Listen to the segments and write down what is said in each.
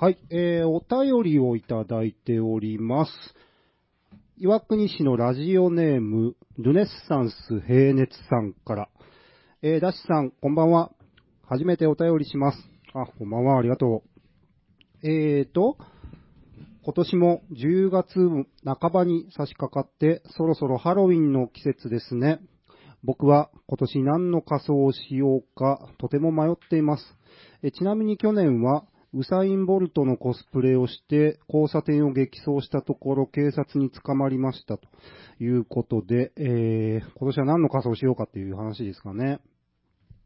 はい、えー、お便りをいただいております。岩国市のラジオネーム、ルネッサンス平熱さんから。えー、ダッシュさん、こんばんは。初めてお便りします。あ、こんばんは、ありがとう。えーと、今年も10月半ばに差し掛かって、そろそろハロウィンの季節ですね。僕は今年何の仮装をしようかとても迷っています。えちなみに去年はウサイン・ボルトのコスプレをして交差点を激走したところ警察に捕まりましたということで、えー、今年は何の仮装をしようかっていう話ですかね。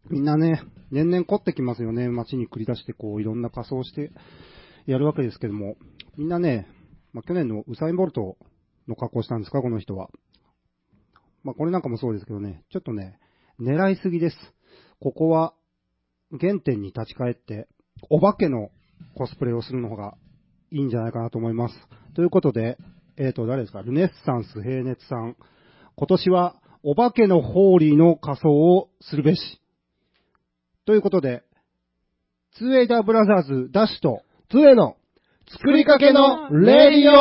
みんなね、年々凝ってきますよね。街に繰り出してこういろんな仮装をしてやるわけですけども。みんなね、まあ、去年のウサイン・ボルトの格好したんですか、この人は。まあ、これなんかもそうですけどね、ちょっとね、狙いすぎです。ここは、原点に立ち返って、お化けのコスプレをするのがいいんじゃないかなと思います。ということで、えっ、ー、と、誰ですかルネッサンス平熱さん。今年は、お化けのホーリーの仮装をするべし。ということで、ツーエイダーブラザーズダッシュと、ツーエの作りかけのレディ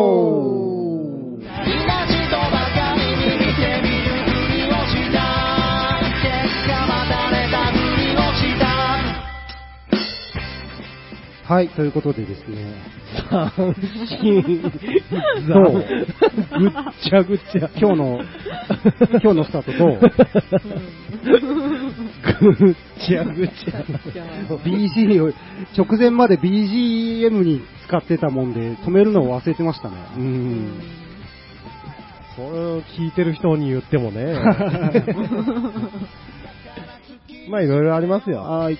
オオ「今じとばかりに見て見るふりをした」「結果またれたふりをした」はい、ということでですね、斬新。どうぐっちゃぐちゃ。今日 の、今日のスタートどうぐっちゃぐちゃ。 ?BG を、直前まで BGM に使ってたもんで、止めるのを忘れてましたね。うん。これを聞いてる人に言っ てもね。 まあいろいろありますよ。はーい。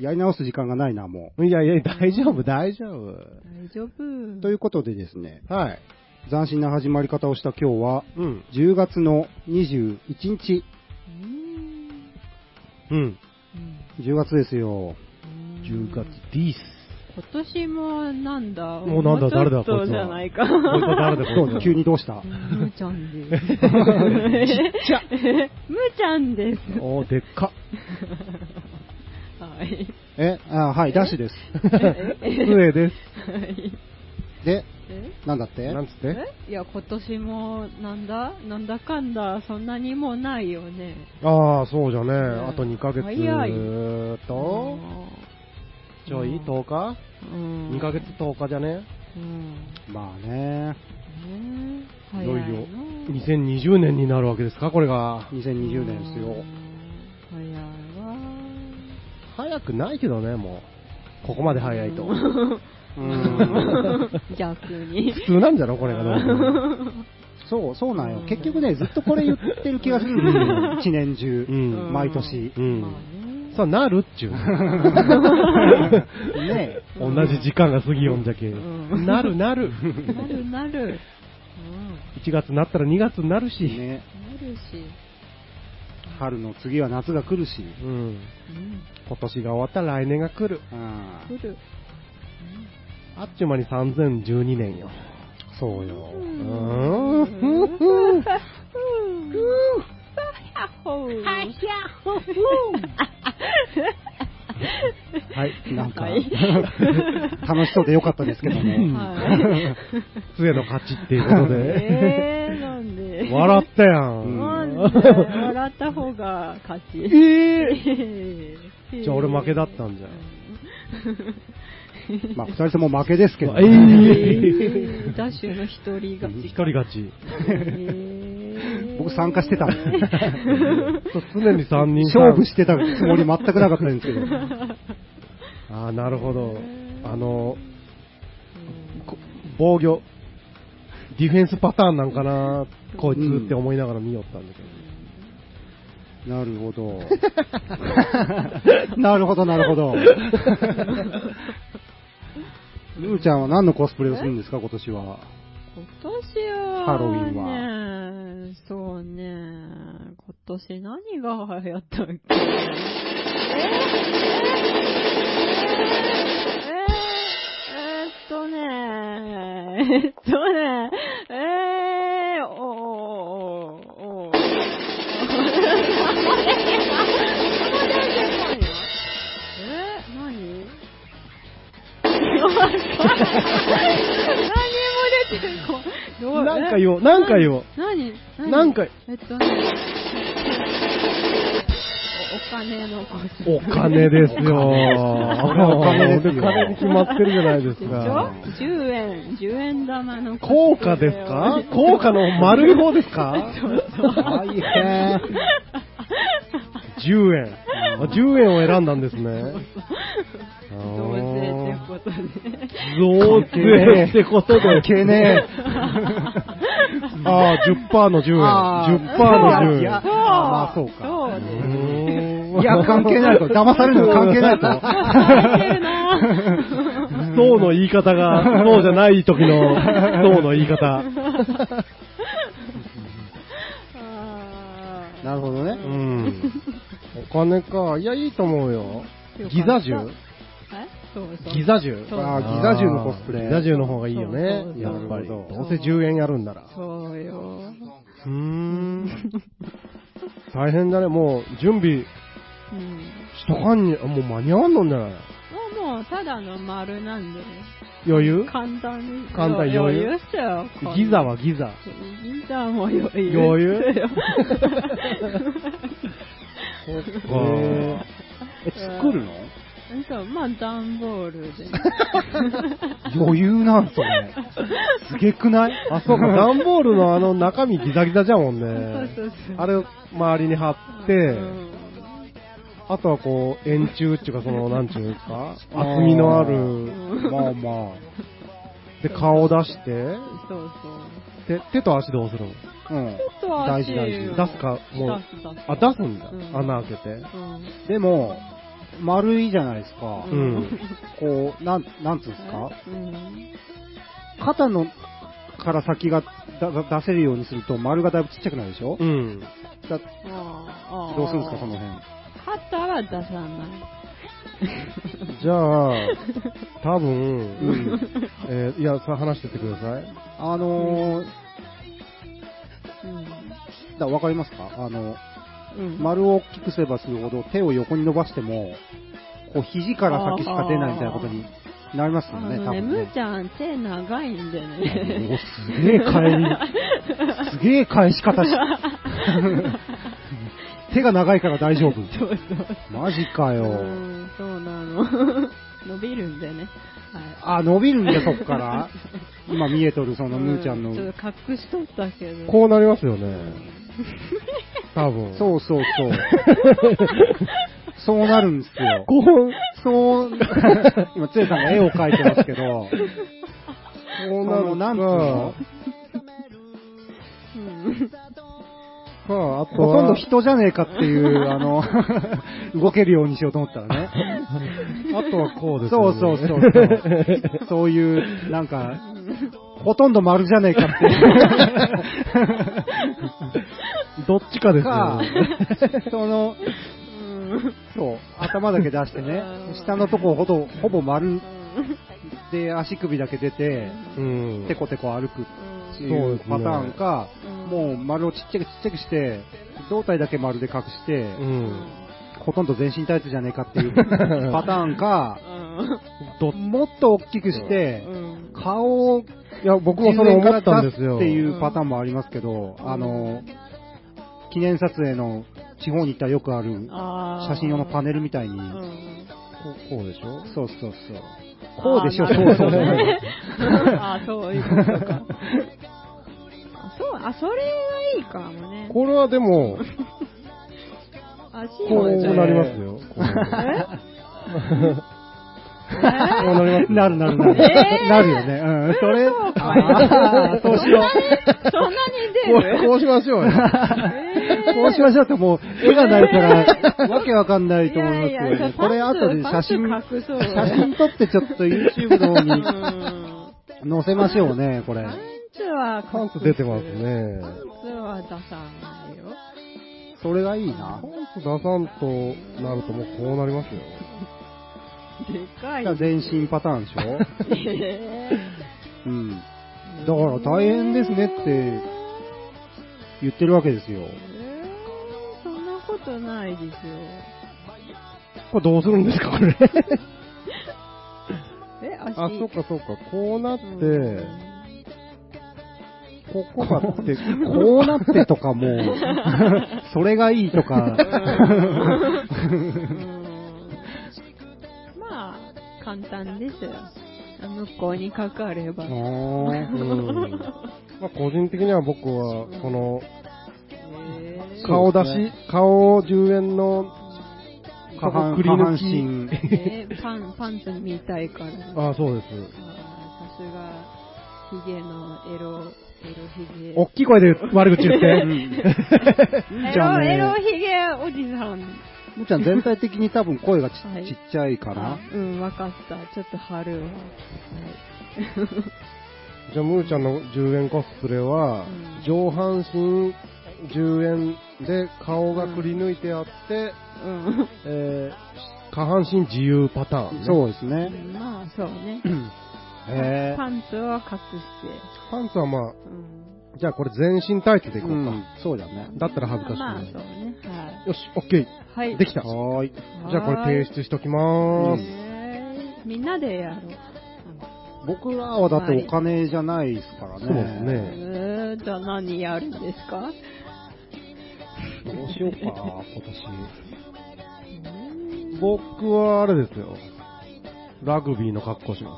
やり直す時間がないな、もいやいや、大丈夫、大丈夫。大丈夫。う。ということでですね、はい。斬新な始まり方をした今日は、うん。 10月の21日、うんうん。うん10月ですよ。うん10月ディース。今年もなんだもうなんだ誰だもうちょっこといつはじゃないか。こいつは誰だこいつそうは急にどうしたむーちゃんです。ちっちゃ。むーちゃんです。おー、でっか。はい。えあはい、ダッシュです。上です。はいで、えなんだってなんつってえいや、今年もなんだなんだかんだ、そんなにもうないよね。ああ、そうじゃね。んあと2ヶ月早いと、ちょい ?10 日うん。 2ヶ月10日じゃねうん。まあね、ねいえよいよ早な2020年になるわけですかこれが。 2020年ですよ。早いわ早くないけどね、もう。ここまで早いと。うーん。 ー。逆に。普通なんじゃろこれがどう もそう、そうなんよう。ん結局ね、ずっとこれ言ってる気がするんですよ。一年中う。ん。毎年うまあん。ねさあ、なるっちゅう。ね同じ時間が過ぎよんじゃけ。うんなるなる。なるなる。うん。 1月になったら2月になるえ。し。ねなるし。春の次は夏が来るし。うん。うん。今年が終わったら来年が来る。うん来る。あっちゅう間に3012年よ。そうよ。ううんーうんん。うんううんん。はっほーはい。なんか、は 楽しそうでよかったですけども。はい。杖の勝ちっていうことで。えー、なんで。笑ったや。うんなんで笑った方が勝ち。えじゃあ俺負けだったんじゃんまあ、二人とも負けですけど。えーダッシュの一人勝一ち。人勝ち。えー僕参加してたんで。そう常に3人勝負してたつもり全くなかったんです けど。ああ、なるほど。あの、こ防御、ディフェンスパターンなんかな、こいつって思いながら見よったんだけど。なるほど。 なるほど、なるほど。ルーちゃんは何のコスプレをするんですか、今年は。今年は、ハロウィンはね。そうね。今年何が流行ったっけえーえーえーえーっとね。えーっとね。えー、おーおーおーおー。えか言おう、なんか言おう。何何なんかえっとね。おお金のこと。お金ですよ。お金ですよお金に決まってるじゃないですでしか。ょ ?10 円、10円玉のこと効果ですか効果の丸い方ですか大変。 10円。あ10円を選んだんですね。増税ってことで。増税ってことで。け ねああ、10%の10円。あー10%のい10や円。まあそうかそううです。ーえ。んいや、関係ないと。騙されるのは関係ない と。入ってるなそうの言い方が、そうじゃない時 の、そうの言い方。あーなるほどうね。ん。お金か。いや、いいと思うよ。ギザよかっえ銃そうそう。ギザ銃そうあーギザ銃のコスプレギザ銃の方がいいよねそう。そうそやうっぱり。なるほどどうせ10円やるんなら。そうよ。うーん。大変だね。もう、準備しうん。とかんに、もう間に合わんのんじゃないもうもう、ただの丸なんで。余裕簡単に。簡単余裕余裕っすよ。ギザはギザ。ギザも余裕。余裕っすよへーえ、作るのそう、まあ、段ボールで。余裕なんそれ。すげくないあ、そうか、段ボールのあの中身ギザギザじゃもん そうそね。うそう。あれを周りに貼って、あとはこう、円柱っていうか、その、なんちゅうんですか、厚みのある、まあまで、顔出して、そうそう。手手と足どうするのあ。うん。ちょっと足を大事大事出すかもう出す出すあ、出すんだ。うん穴開けて。うんでも、丸いじゃないですか。うん。こう、なん、なんつうんですかうん肩のから先がだだ出せるようにすると丸がだいぶちっちゃくなるでしょ、うん。だああどうするんですか、その辺。肩は出さない。じゃあ、多分、んえーいや、さ、話してってください。あのー、うんだわかりますかあの、うん丸を大きくすればするほど手を横に伸ばしても、こう、肘から先しか出ないみたいなことになりますよあね、多のね、分むねー。ちゃん、手長いん でね。おすげえ返 り、すげえ返し方し、手が長いから大丈夫。 そうそう。マジかよ。うん、そうなの。 伸びるんでね。はい。あ、伸びるんだ、そっ から。今見えとる、そのむーちゃんの。うちょっと隠しとったけど。こうなりますよね。多分。う。そう そうそう。そうなるんですよ。こう、そう、 今、つえさんが絵を描いてますけど、こうなもるうかなんつうのうん。か、あとほとんどは、人じゃねえかっていう、あの、 動けるようにしようと思ったらね。あとはこうですそようね。そうそうそう。そういう、なんか、ほとんど丸じゃねえかってどっちか ですよかね。、その、うんそう、頭だけ出してね、下のとこほど、ほぼ丸で足首だけ出て、うん。テコテコ歩くってそういうですねパターンか、うんもう丸をちっちゃくちっちゃくして、胴体だけ丸で隠して、うん。ほとんど全身タイツじゃねえかって いうパターンか、どっもっと大きくして、うん顔をいや、僕もそれ思ったんですよ。っていうパターンもありますけど、あの、記念撮影の地方に行ったらよくあるあー写真用のパネルみたいに、うんこうこうでしょそうそうそう。 こうでしょ、あそーうそう。なるほどねあー、 そういうことか。あそう、あ、それはいいかもね。これはでも、足こをうねなりますよ。こうこうなりますよ。 なるなるなる。えーなるよね。うん。それ、そうかああ、そうしよう。そんなにこ出るうこうしましょ うよ。え ーこうしましょうってもう、絵がないから、わけわかんないと思いますよ、いやいやちょこれ後で写真、パスパス隠そう写真撮ってちょっと YouTube の方うにん載せましょうね、これ。パンツはパンツ出てます。ねパ。ンツは出さないよ。それがいいなパ。ンツ出さんとなるともうこうなりますよ。でかい。全身パターンでしょ えうん。だから大変ですねって言ってるわけですよ。ーえーそんなことないですよ。これどうするんですか、これ。え、足。あ、そっかそっか。こうなって、うんここがって、こうなってとかもう、 それがいいとか、まあ、簡単ですよ。向こうにかかれば。あーううんんまあ、個人的には僕は、この、へー顔出し、顔10円の、下半くり下半抜身き。ねパン、パンツ見たいから。あ ああ、そうです。あさすが、ヒゲのエロ、エロヒゲ。大きい声で悪口言 って。エじゃあロ、ねエロヒゲおじさん。むーちゃん全体的に多分声がち,、はいちっちゃいかな。うん、わかった。ちょっと春は。はい。じゃあ、ムーちゃんの10円コスプレは、うん上半身10円で顔がくり抜いてあって、うん。えー下半身自由パターンね、そうですね。まあ、そうね。 へパンツを隠して。パンツはまあ、うん。じゃあこれ全身タイツでいこーううか。ん、そうだね。だったら恥ずかしくまあ、ない。そうね。はよし、オッケい。はい。ー。できた。じはーい。ゃあこれ提出しときまーす。ねえみんなでやろう。僕らはだってお金じゃないですからね。そうですえね。ー、じゃあ何やるんですかどうしようか、今年。僕はあれですよ。ラグビーの格好しま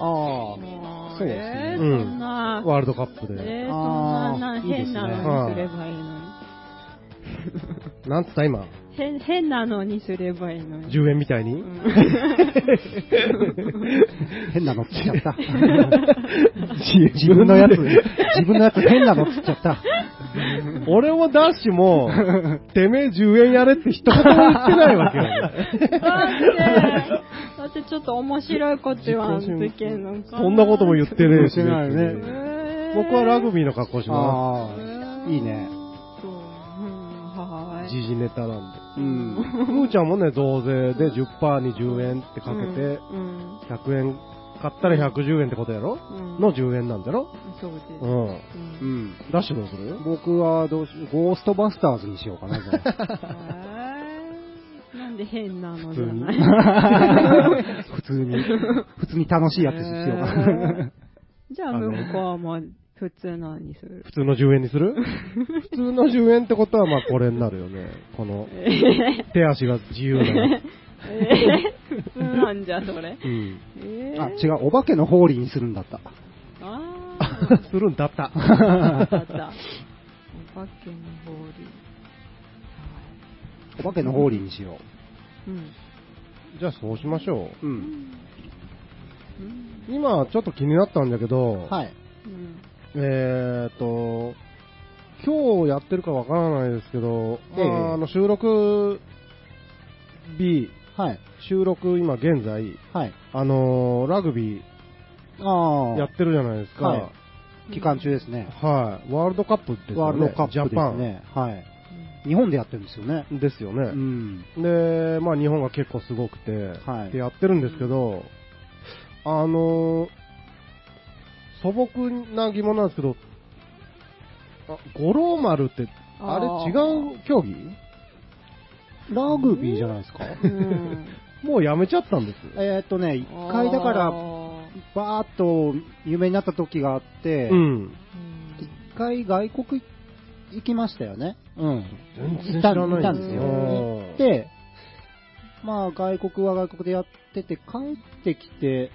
あもそうですねえーうんそんなす。、ワールドカップえで。ー、そあーんなないいです変ねなのにすればいいのに。なんつった今変変なのにすればいいのに。 ?10 円みたいに、うんあ、変なのつっちゃ った。自自分のやつ、自分のやつ変なのつっちゃった。俺もダッシ ュも、てめえ10円やれって一言も言ってないわけよ。だって、だってちょっと面白いこと言わんといけんのかな。そんなことも言ってねえし。言ってないね別に僕はラグビビーの格好しまああ、いいね。。そう、うん、はーす。い。時事ネタなんうん。で。むーちゃんもね、増税で10%に10円ってかけて、うん、 100円買ったら110円ってことやろうん、の10円なんだろそうです。ううんん。うん。ダッシュどうする僕はどうし、ゴーストバスターズにしようかな、じゃ あへーなんで変なのじゃない普通に、普通に楽しいやつにしようかな。じゃあ、あの向こうも普通のにす る普。通の10円にする普通の10円ってことはまあこれになるよね。この、手足が自由な。えー普通なんじゃ、それ。うん。えー、あ、違う、お化けのホーリーにするんだった。あーするんだった。わかった。お化けのボール。お化けのホーリーにしようん。じゃあそうしましょう。う。うん。うん。今ちょっと気になったんだけど、はい。うん。えーっと、今日やってるかわからないですけど、まええあ、あの収録日、はい。収録今現在、はい。あのーラグビあーあ。やってるじゃないですか。ははいい。期間中ですね。ワールドカップですよね。ワールドカップジャでパすンね。はい。日本でやってるんですよね。ですよね。うん。で、まあ日本が結構すごくて、はいでやってるんですけど、あのー素朴な疑問なんですけど、あ五郎丸って、あれあー違う競技ラグビーじゃないですか。うん。もうやめちゃったんです。えーっとね、一回だから、あーバーっと有名になった時があって、うん。一回外国行きましたよね。うん。全然行っ知たら行ったないんですよ。う行って、まあ外国は外国でやってて、帰ってきて、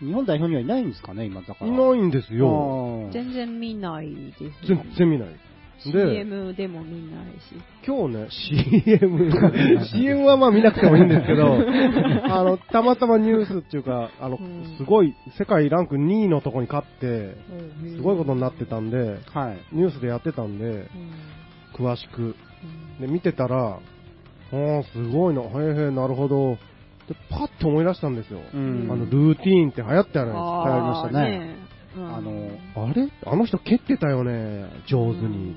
日本代表にはいないんですかね、今だから。いないんですよ。あー全然見ないです、全然見ない。で、 CM でも見ないし。今日ね、CM、CM はまあ見なくてもいいんですけど、 あの、たまたまニュースっていうか、あのうん、すごい、世界ランク2位のとこに勝って、すごいことになってたんで、はい。ニュースでやってたんで、うん。詳しく。うんで、見てたら、あーすごいな、へえへえ、なるほど。で、パッと思い出したんですよ。うあん。の、ルーティーンって流行ったじゃないですか。あ流行りましたねー。あのあれあの人蹴ってたよね、上手に。うん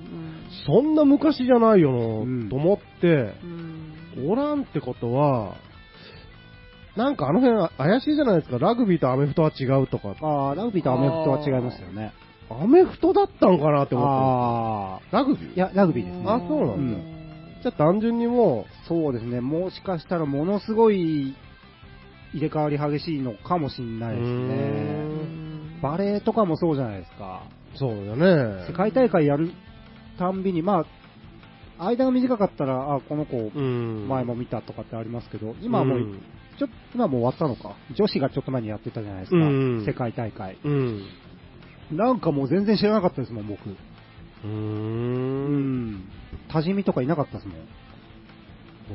そんな昔じゃないよな、んと思って、うんおらんってことは、なんかあの辺怪しいじゃないですか、ラグビーとアメフトは違うとか、ああ、ラグビーとアメフトは違いますよね。アメフトだったんかなって思っああて。ラグビーー。いや、ラグビーですね。あそうなんだじゃあ単純にもそうですね、もしかしたらものすごい入れ替わり激しいのかもしれう、ないうですーね。んバレーとかもそうじゃないですか。そうだね世界大会やるたんびに、まあ、間が短かったら、あ、この子、うん前も見たとかってありますけど、今はもう、うんちょ今はもう終わったのか。女子がちょっと前にやってたじゃないですか、うん世界大会。うんなんかもう全然知らなかったですもん、僕。ううーんん。多治見とかいなかったですもん。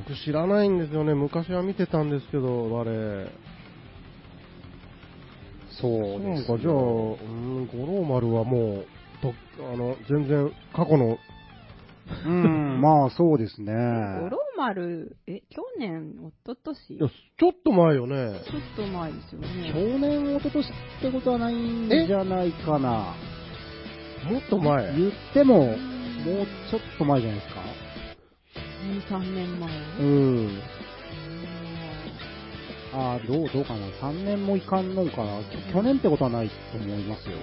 僕知らないんですよね昔は見てたんですけど我そなんかじゃあ、うん、五郎丸はもう、とあの、全然過去の、うん、まあそうですね。五郎丸、え、去年、一昨い年ちょやっちょっと前よね。と前ですよ去ね。年、一昨年ってことはないんじゃないかな。もっと前。言っても、もうちょっと前じゃないですか。 2、3年前。うん。あーどう、どうかな。3年もいかんのんかな。き去年ってことはないと思いますよ。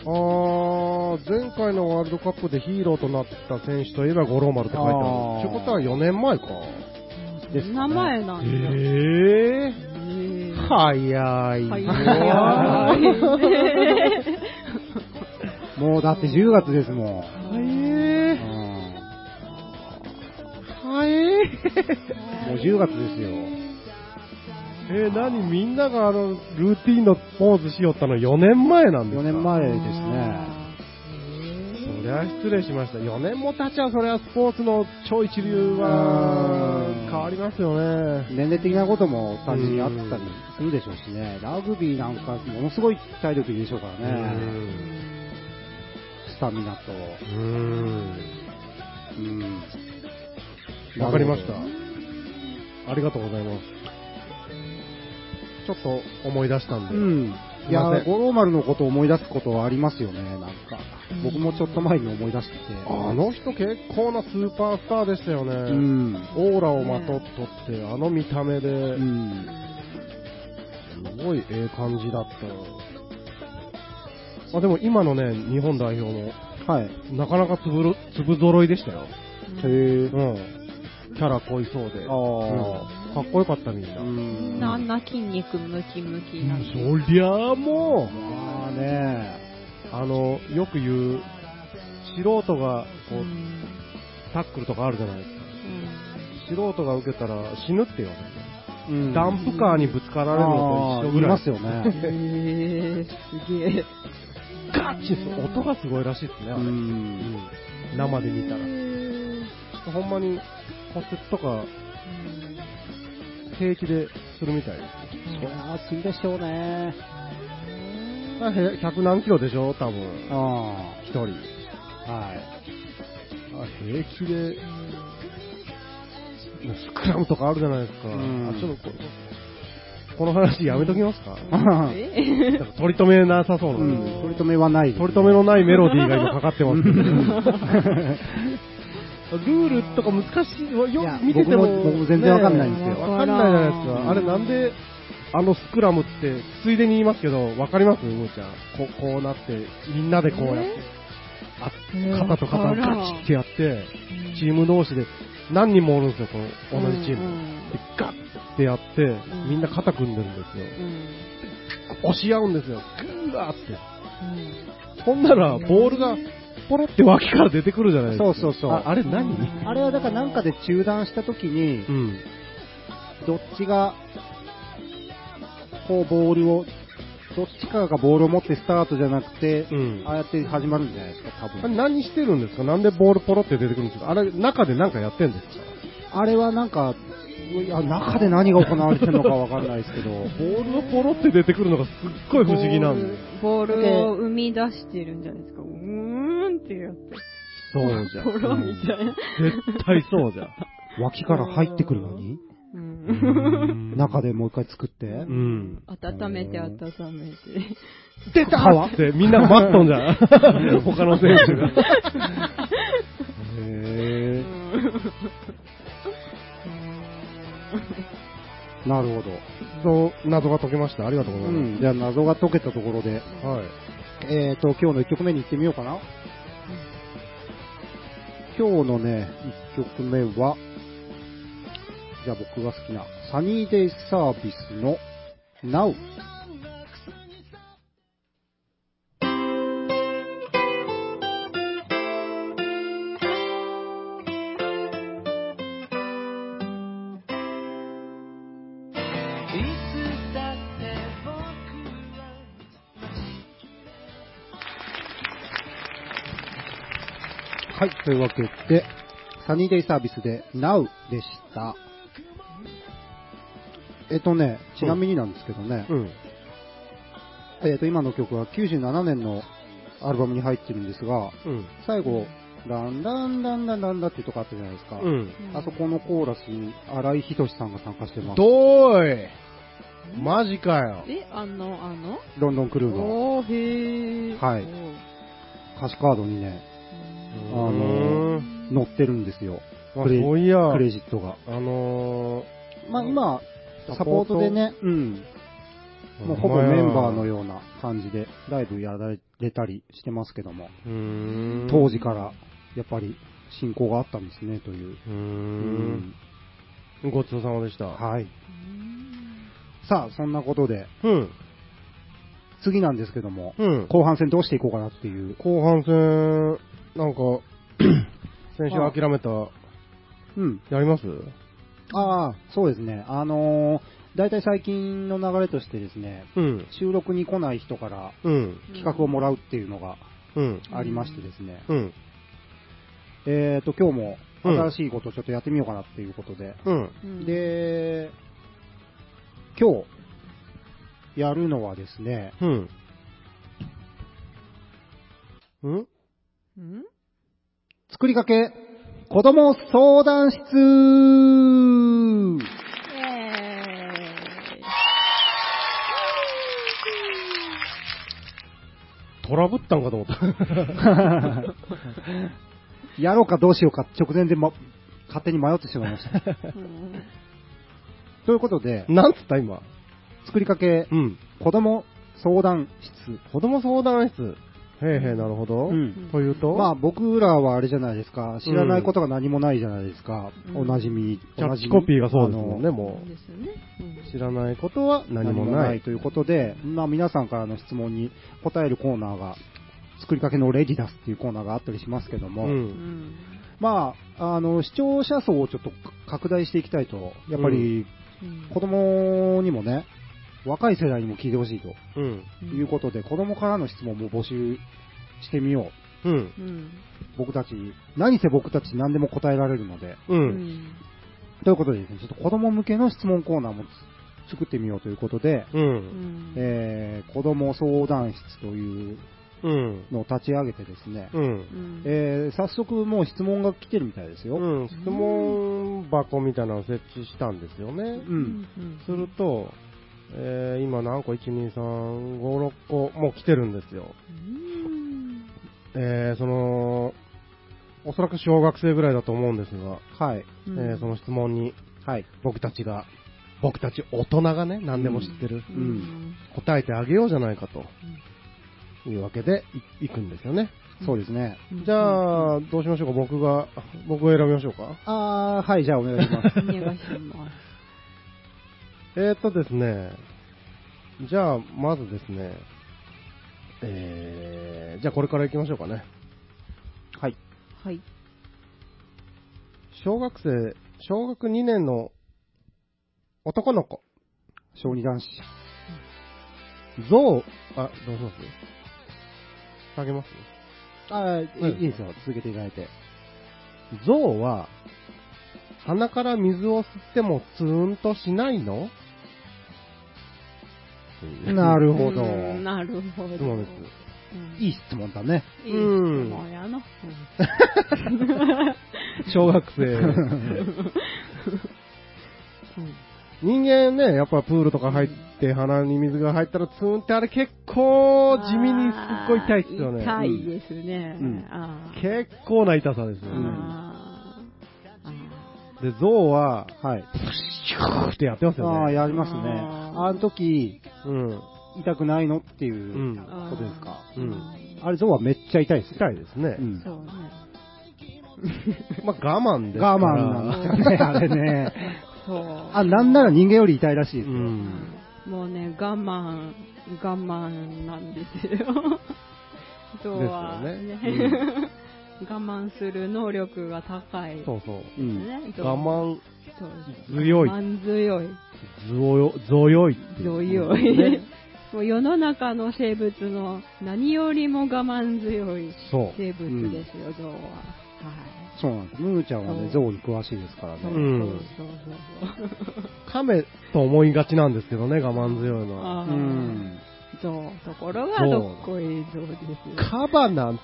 あー、前回のワールドカップでヒーローとなった選手といえば五郎丸って書いてある。あーってことは4年前か。ででかねす名前なんだ。ええーー、早い。はい早い。もうだって10月ですもん。早うい。ん。早い。もう10月ですよ。えー、何みんながあの、ルーティンのポーズしよったの4年前なんです4か年前ですね。そりゃ失礼しました。4年も経ちゃ、そりゃスポーツの超一流はうん変わりますよね。年齢的なことも単純にあったりするでしょうしね、ラグビーなんかものすごい体力いるでしょうからね、スタミナと。うん。うん。わかりましなるた。ありがとうございます。ちょっと思い出したんほで。ど。うん。いすいませや、ん五郎丸のことを思い出すことはありますよね、なんか。僕もちょっと前に思い出してて。あの人結構なスーパースターでしたよね。うん。オーラをまとっとって、あの見た目で、うん。すごいええ感じだった。あ、でも今のね、日本代表も、はい。へなかなか粒ろ粒揃いでしたよ。え。うん。キャラ濃いそうで。ああうんかっこよかったみんな。みんんなあんな筋肉ムキムキなんで。そりゃあもまあね、う、あの、よく言う、素人が、こうう、んタックルとかあるじゃないですか。素人が受けたら死ぬって言われて。うんダンプカーにぶつかられるのと一緒ぐらあーいまい。すよね。 うんへえすげえ。 ガッチッ音がすごいらしいですね、あうれ。ん。うん生で見たら。ちょっとほんまに骨折とか平気でするみたいです。いやー、すいでしょうね。あへ100何キロでしょ多分。あ一人。あ。はい。あ平気で、スクラムとかあるじゃないですか。うんあちょっとここの話やめときますか、えなんか取り留めなさそうな、うん、取り留めはないですね、取 り留めのないメロディーが今かかってますけど ルールとか難しいよいやく見てても僕も僕も全然わかんないんですよねわかんないじゃないですうんか。あれなんで、あのスクラムって、ついでに言いますけど、わかりますうーちゃん。こう、こうなって、みんなでこうやって、あ肩と肩をガチってやって、チーム同士で、何人もおるんですよ、この同じチーム。で、ガッってやって、みんな肩組んでるんですよ。押し合うんですよ。グーって。ほんなら、ボールが、ポロって脇から出てくるじゃないですか。そうそうそうああれ何あれはだからなんかで中断したときに、うん。どっちが、こうボールを、どっちかがボールを持ってスタートじゃなくて、うんああやって始まるんじゃないですか、多あれ分。何してるんですかなんでボールポロって出てくるんですかあれ、中で何かやってんですかあれはなんか、いや、中で何が行われてるのかわかんないですけど、ボールのポロって出てくるのがすっごい不思議なんです。ボールを生み出してるんじゃないですか。うーんってやって。そうじゃん。ボロみたいな。絶対そうじゃん。 脇から入ってくるのに、うん。中でもう一回作ってう、ん。温めて温めて。出たってみんなが待っとんじゃん。他の選手が。へーなるほど。そう、謎が解けました。ありがとうごうざいます。ん、じゃあ謎が解けたところで、はい。えーと、今日の1曲目に行ってみようかな。今日のね、1曲目は、じゃあ僕が好きな、サニーデイサービスの Now。つだって僕ははい、というわけで、サニーデイサービスで Now でした。えっとね、ちなみになんですけどね、うん。えっと、今の曲は97年のアルバムに入ってるんですが、うん。最後、ランランランランランだっていうとこあったじゃないですか。うん。あそこのコーラスに荒井仁さんが参加してます。どーいマジかよ。え、あの、あのロンドンクルーのおー、へー。はいおー歌詞カードにね、あのうーん載ってるんですよ。あクレそういや、クレジットが。あのまあ今、ササポポーートトでね、うん、ー、もうほぼメンバーのような感じでライブやられたりしてますけども、うーん。当時からやっぱり進行があったんですねという。うーん。ごちそうさまでした。うんはい。さあ、そんなことで、うん。次なんですけども、うん。後半戦どうしていこうかなっていう。後半戦、なんか、 先週諦めた、うん。やりますああ、そうですね。あのー、大体最近の流れとしてですね、うん。収録に来ない人からうん。企画をもらうっていうのがうん。ありましてですね、うん。えっ、と、今日もうん新しいことをちょっとやってみようかなっていうことで、うん。うん、で、今日やるのはですね、うん。うんうん作りかけ子供相談室えトラブった んかと思った。やろうかどうしようか直前で、ま、勝手に迷ってしまいました。ーイうんということで、なんつった今。作りかけうん。子供相談室。子供相談室。へえへえ、なるほど。うんというと、まあ僕らはあれじゃないですか、知らないことが何もないじゃないですか、うんおなじみ。キャッチコピーがそうですもんね、あのもそうう。ですよね。うん知らないことは何何ももなないい。ということで、まあ皆さんからの質問に答えるコーナーが、作りかけのレディダスっていうコーナーがあったりしますけども、ううん。んまあ、あの、視聴者層をちょっと拡大していきたいと、やっぱりうん子供にもね、若い世代にも聞いてほしいとうん。いうことで、子供からの質問も募集してみよう。うん。うん僕たち、何せ僕たち何でも答えられるので、う。うんんということでですね、ちょっと子供向けの質問コーナーもつ作ってみようということで、う。うんんえー、子供相談室といううん。のを立ち上げてですね、うん。うんえー、早速もう質問が来てるみたいですよ。うん、質問箱みたいなのを設置したんですよね。う。うんんすると、えー、今何個 ?1、2、3、5、6個、もう来てるんですよ。うんえー、その、おそらく小学生ぐらいだと思うんですが、はい。うんえー、その質問にはい。僕たちが、僕たち大人がね、何でも知ってる、ううんん答えてあげようじゃないかと、いうわけでい、いくんですよね。そうですね。うんじゃあ、どうしましょうか僕が、僕を選びましょうかあー、はい、じゃあお願いし ます。お願いしますえー、っとですね、じゃあ、まずですね、えー、じゃあこれから行きましょうかね。はい。はい小学生、小学2年の男の子、小児男子。ゾウ、あ、どうします下げますあー、はいい、いいですよ。続けていただいて。ゾウは、鼻から水を吸ってもツーンとしないのなるほど。うんなるほど質問うでんいい質問だね。いい質問やなす。小学生。人間ね、やっぱプールとか入って鼻に水が入ったらツーンってあれ結構地味にすっごい痛いっすよね。あー痛いですねうんあー結構な痛さですよね。あーあで、ゾウは、はい。シューってやってますあよあ、ね。やりますね。あーあの時、うん。。痛くないのっていうううんーことですか。う。うんんあれ、ゾウはめっちゃ痛いですよ。痛いですねう。んそうねまあ我慢ですから。我慢なんですよね、あれね。そうあ、なんなら人間より痛いらしいでうすよ。ん。もうね、我慢、我慢なんですよ。そうはねですよね 我慢する能力が高い。そうそう。うん。ね、我慢そうです強いまん強い。ぞよ、ぞよいっていう強い。 もう世の中の生物の何よりも我慢強いそう。生物ですよ、象は。はい。そうなんです。ムーちゃんはね、そ象に詳しいですからそうね。んそうそうそうそう。亀と思いがちなんですけどね、我慢強いのは。う あん。あ、象。ところがどっこいい象ですよ。カバなんて、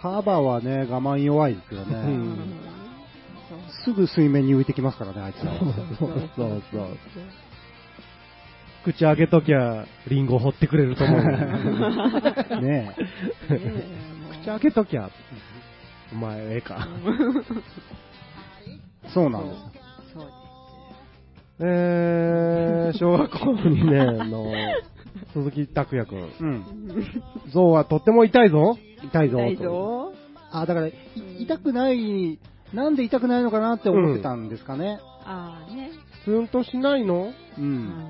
カバはね、我慢弱いですよううんね。んそうすぐ水面に浮いてきますからね、あいつらは。そうそうそう。口開けときゃ、リンゴ掘ってくれると 思う。ねえ。そう。ねえもう口開けときゃ、お前、ええか。そうなんです。そうえー、小学校の2年の鈴木拓也くん。うん。象はとっても痛いぞ。痛いぞ。痛い。ぞ。あ、だから、い痛くない、なんで痛くないのかなって思ってたんですかね。ああね。ツンとしないのう。うんん。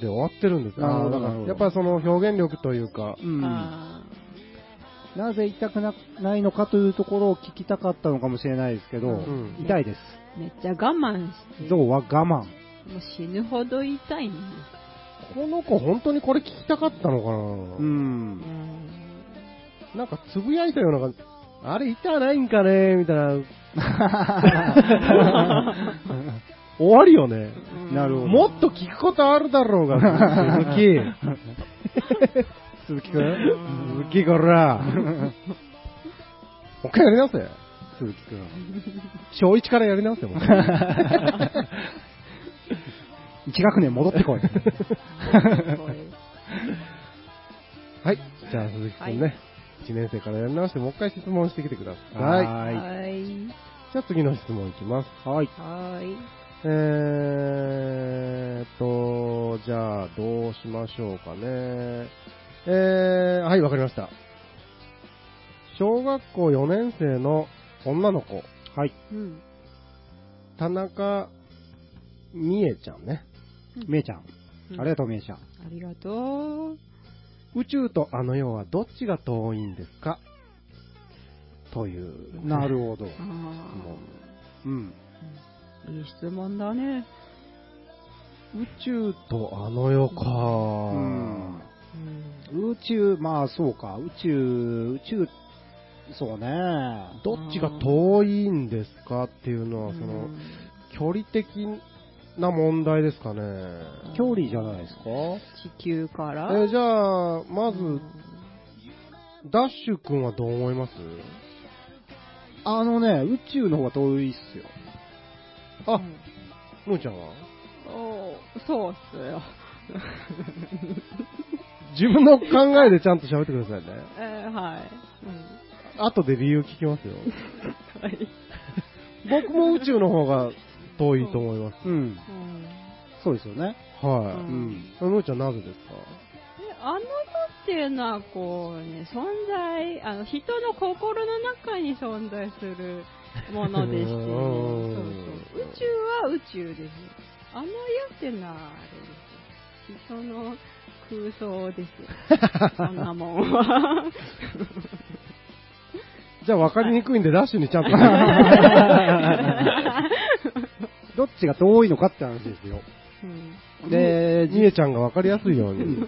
で終わってるんですよなるほどだかなるほらどやっぱりその表現力というか、うん。あなぜ痛くなないのかというところを聞きたかったのかもしれないですけど、ん痛いです。あめっちゃ我慢して、も象は我慢。う死ぬほど痛いんでこの子本当にこれ聞きたかったのかな、うん す。ね。なんかつぶやいたような感じ。あれ痛ないんかねみたいな。終わるよね。なるほどもっと聞くことあるだろ うが、鈴木。鈴木くん鈴木こら。もう一回やり直せ。鈴木くん。小1からやり直せ、もう。一学年戻ってこい。これはい。じゃあ、鈴木くんね。1年生からやり直して、もう一回質問してきてくだ さい。はーはい。じゃあ次の質問いきます。はい。はい。えーっと、じゃあ、どうしましょうかね。えー、はい、わかりました。小学校4年生の女の子、はい。うん。田中美恵ちゃんね。めいちゃん。ありがとう、めいちゃん。ありがとう。宇宙とあの世はどっちが遠いんですかという。なるほど。あもうん。あ、いい質問だね。宇宙とあの世かうんうん。宇宙、まあそうか、宇宙、宇宙、そうね。どっちが遠いんですかっていうのは、その、うん距離的な問題ですかね。距離じゃないですか地球かえら、ーじゃあ、まずう、んダッシュ君はどう思いますあのね、宇宙の方が遠いっすよ。あ、むーちゃんはおーそうっすよ。 自分の考えでちゃんと喋ってくださいね。えーはい。うん後で理由聞きます よ。はい。僕も宇宙の方が遠いと思いまうん。うんそうですよね。す。はううんい。ん。むーちゃんなぜですかであの世っていうのはこうね、存在、あの人の心の中に存在するものでして、うそんうそう宇宙は宇宙です。あの世っていうのはあれです。人の空想です。そんなもん は。じゃあ分かりにくいんでダッシュにちゃんと。はどっちが遠いのかって話ですよ。うんで、い。みえちゃんが分かりやすい ように。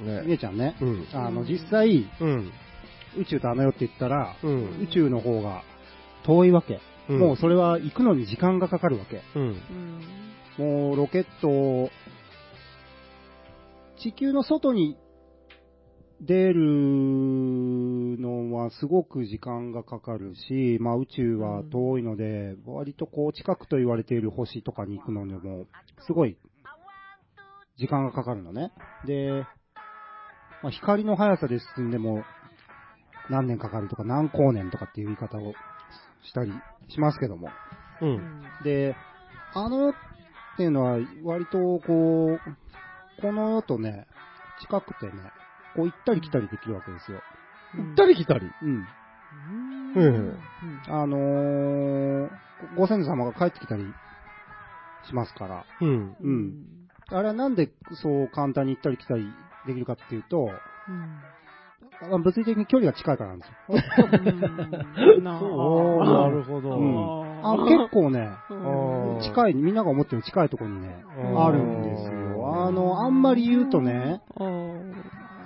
みね。えちゃんねう、ん。あの、実際、うん。宇宙とあの世って言ったら、うん。宇宙の方が遠いわけ。うんもうそれは行くのに時間がかかるわけ。うん。うんもうロケットを、地球の外に出るのはすごく時間がかかるし、まあ宇宙は遠いので、割とこう近くと言われている星とかに行くのにも、すごい時間がかかるのね。で、まあ、光の速さで進んでも何年かかるとか何光年とかっていう言い方をしたりしますけども。うん。で、あの世っていうのは、割とこう、この世とね、近くてね、こう行ったり来たりできるわけですよ。行ったり来たり。うん。うんあのー、ご先祖様が帰ってきたりしますから。うん。うんあれはなんでそう簡単に行ったり来たりできるかっていうと、うんあ物理的に距離が近いからなんですよ。うんなあおーなるほど。ううんん、あ結構ね、うんうん近い、みんなが思ってる近いところにね、うんあるんですよ。あの、あんまり言うとね、うん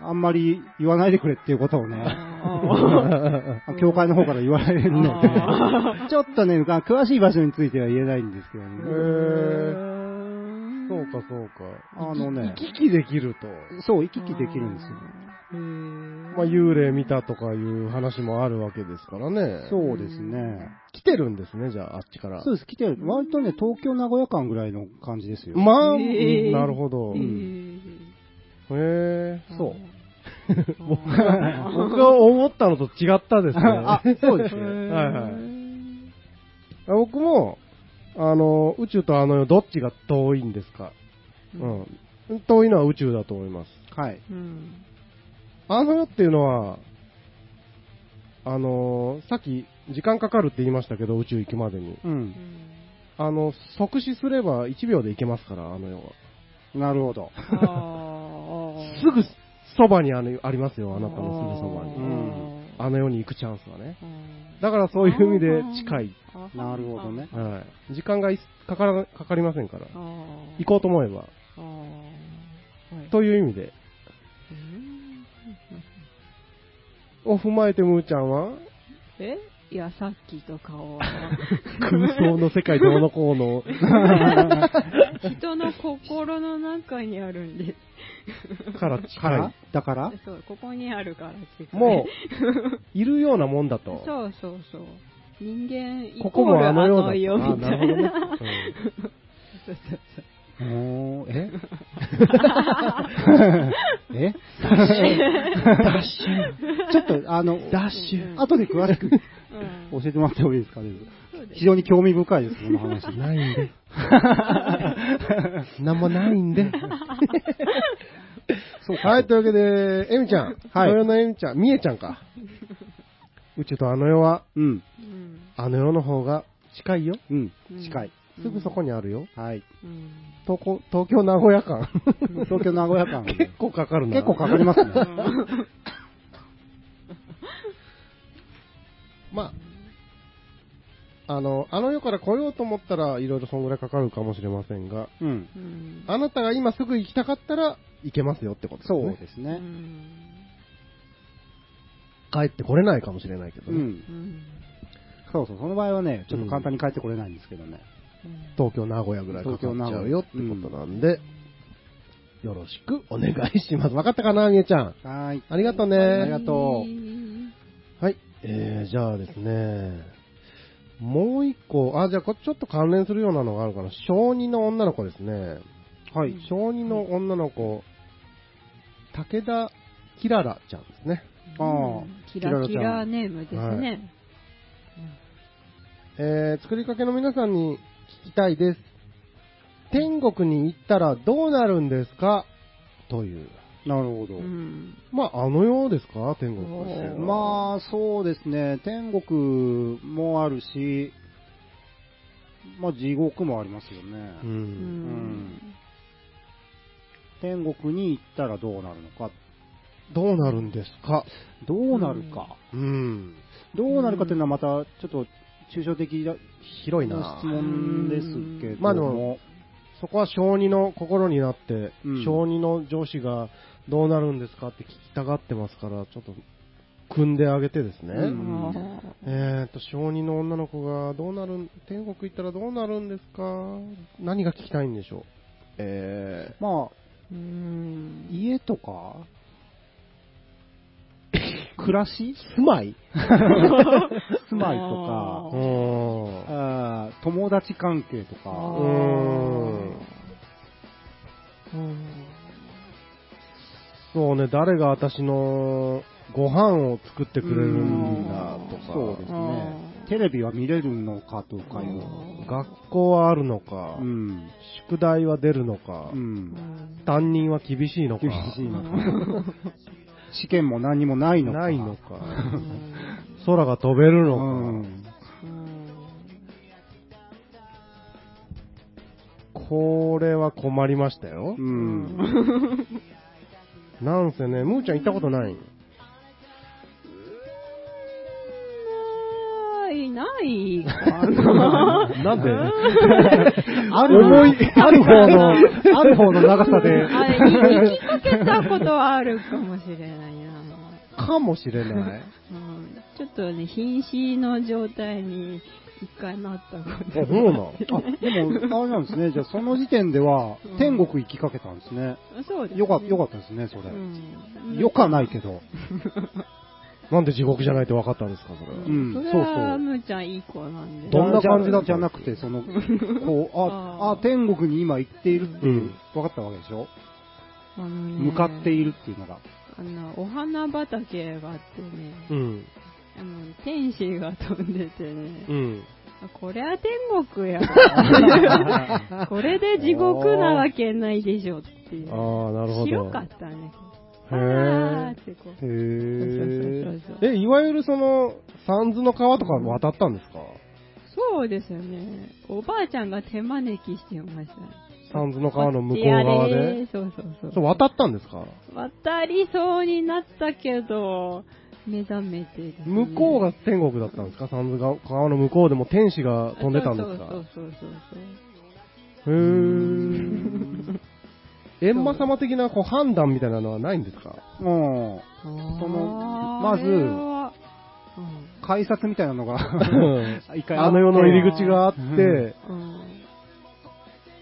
あんまり言わないでくれっていうことを ね、あ教会の方から言われるので、 ちょっとね、あ詳しい場所については言えないんですけどへね。ー。ーそうか、そうか。あのね行、き来できると。そう、行き来できるんですよ。へーまあ、幽霊見たとかいう話もあるわけですからね。そうですね。来てるんですね、じゃあ、あっちから。そうです、来てる。割とね、東京名古屋間ぐらいの感じですよ。 まあ、へーなるほど。へへーえ。そう。僕が、僕が思ったのと違ったです ね。あ、そうですへね。ーはいはい僕も、あの、宇宙とあの世、どっちが遠いんですかうん。遠いのは宇宙だと思います。はい。うんあの世っていうのは、あの、さっき、時間かかるって言いましたけど、宇宙行くまでに。うんう。んあの、即死すれば1秒で行けますから、あの世は。なるほど。あーすぐそばにあのありますよ、あなたのすぐそばあーに。うんあの世に行くチャンスはね。うんだからそういう意味で近い。なるほどね。はい。時間がいかからかかりませんから。あー行こうと思えば。あーはいという意味で。うんを踏まえてむーちゃんは、えいや、さっきと顔は、空想の世界どうのこうの。人の心の中にあるんで、からか近ら、い。だからそう、ここにあるからってもう、いるようなもんだうと。そうそうそう。人間イこコこールもああのようだ。の世みたあないるな。ほどねそうそうそうおーえ えちょっと、あの、ダッシュ。後で詳しくうん教えてもらってもいいですかね。そうです非常に興味深いです、この 話。うんないんで。なんもない んで。そうかはい、というわけで、えみちゃん。はいあの世のえみちゃん、みえちゃんか。宇宙とあの世は、うん、うんあの世の方が近いよ。うんう、ん近い。すぐそこにあるよ。はい。うん東こ東京名古屋間。東京名古屋間。結構かかるな。結構かかりますね。まあ、あの、あの世から来ようと思ったら、いろいろそんぐらいかかるかもしれませんが、うん。うんあなたが今すぐ行きたかったら、行けますよってことですそね。うですうね。ん帰ってこれないかもしれないけどうね。んう。んそうそう、その場合はね、ちょっと簡単に帰ってこれないんですけどね。東京、名古屋ぐらいかかっちゃうよってことなんで、よろしくお願いします。わかったかな、みえちゃん。はーい。ありがとうね。ありがとはい。えー、じゃあですね、もう一個、あ、じゃあこちょっと関連するようなのがあるかな。小児の女の子ですね。はい。小児の女の子、武田きららちゃんですね。ああ、キラキラネームですね。えー、作りかけの皆さんに聞きたいです。天国に行ったらどうなるんですかという。なるほど。うんまあ、あのようですか天国としておーあ、まあ、そうですね。天国もあるし、まあ、地獄もありますよね。う。うんん天国に行ったらどうなるのか。どうなるんですかどうなるか。うん。どうなるかっていうのはまた、ちょっと、抽象的な広いな質問ですけども。まあでもそこは小児の心になって、うん小児の上司がどうなるんですかって聞きたがってますから、ちょっと、組んであげてですね。うんえーと、小児の女の子がどうなるん、天国行ったらどうなるんですか何が聞きたいんでしょうえまあ、うん家とか、暮らしー、住まいう住まいとか、ーん。あー友達関係とあか、うーんそうね、誰が私のご飯を作ってくれるんだとか、そうですねあ。ーテレビは見れるのかとかいう。学校はあるのか、うん。宿題は出るのか、うん。担任は厳しいのか、厳しいな。試験も何もないのか。ないのか、空が飛べうるのか、ん。これは困りましたよう。ん。 なんせね、むーちゃん行ったことないないかな。なんで ある、重いある方の、 ある方の長さで。あれ、行きかけたことはあるかもしれないな。かもしれ なうい。ん、ちょっとね、瀕死の状態に一回なったことあ、そうなのあ、でも、あれなんですね。じゃあ、その時点ではうん、天国行きかけたんですね。そうです、ね。よか、よかったですね、そうんれ。よかないけど。なんで地獄じゃないって分かったんですか、それは。うんそれそうそはうむーちゃんいい子なんで。どんな感じだったんですかじゃなくて、その、こう、あ、 ああ、ー天国に今行っているっていう、分かったわけでしょあのね向かっているっていうのが。あの、お花畑があってね、うん。あの、天使が飛んでてね、うん。あこれは天 国や。これで地獄なわけないでしょっていう。ああ、なるほど。白かったね。へあーーってこう。へそうそうー。そうそうえ、いわゆるその、三途の川とか渡ったんですかそうですよね。おばあちゃんが手招きしてました。三途の川の向こう側こっちやれで。ーそうそうそそうう。渡ったんですか渡りそうになったけど、目覚めてですね、向こうが天国だったんですか三途の川の向こうでも天使が飛んでたんでそすかうそうそうそうへー。閻魔様的なこう判断みたいなのはないんですかうん。そそう。のあまーずあれはうん改札みたいなのが、 一回あの世の入り口があっうて、うん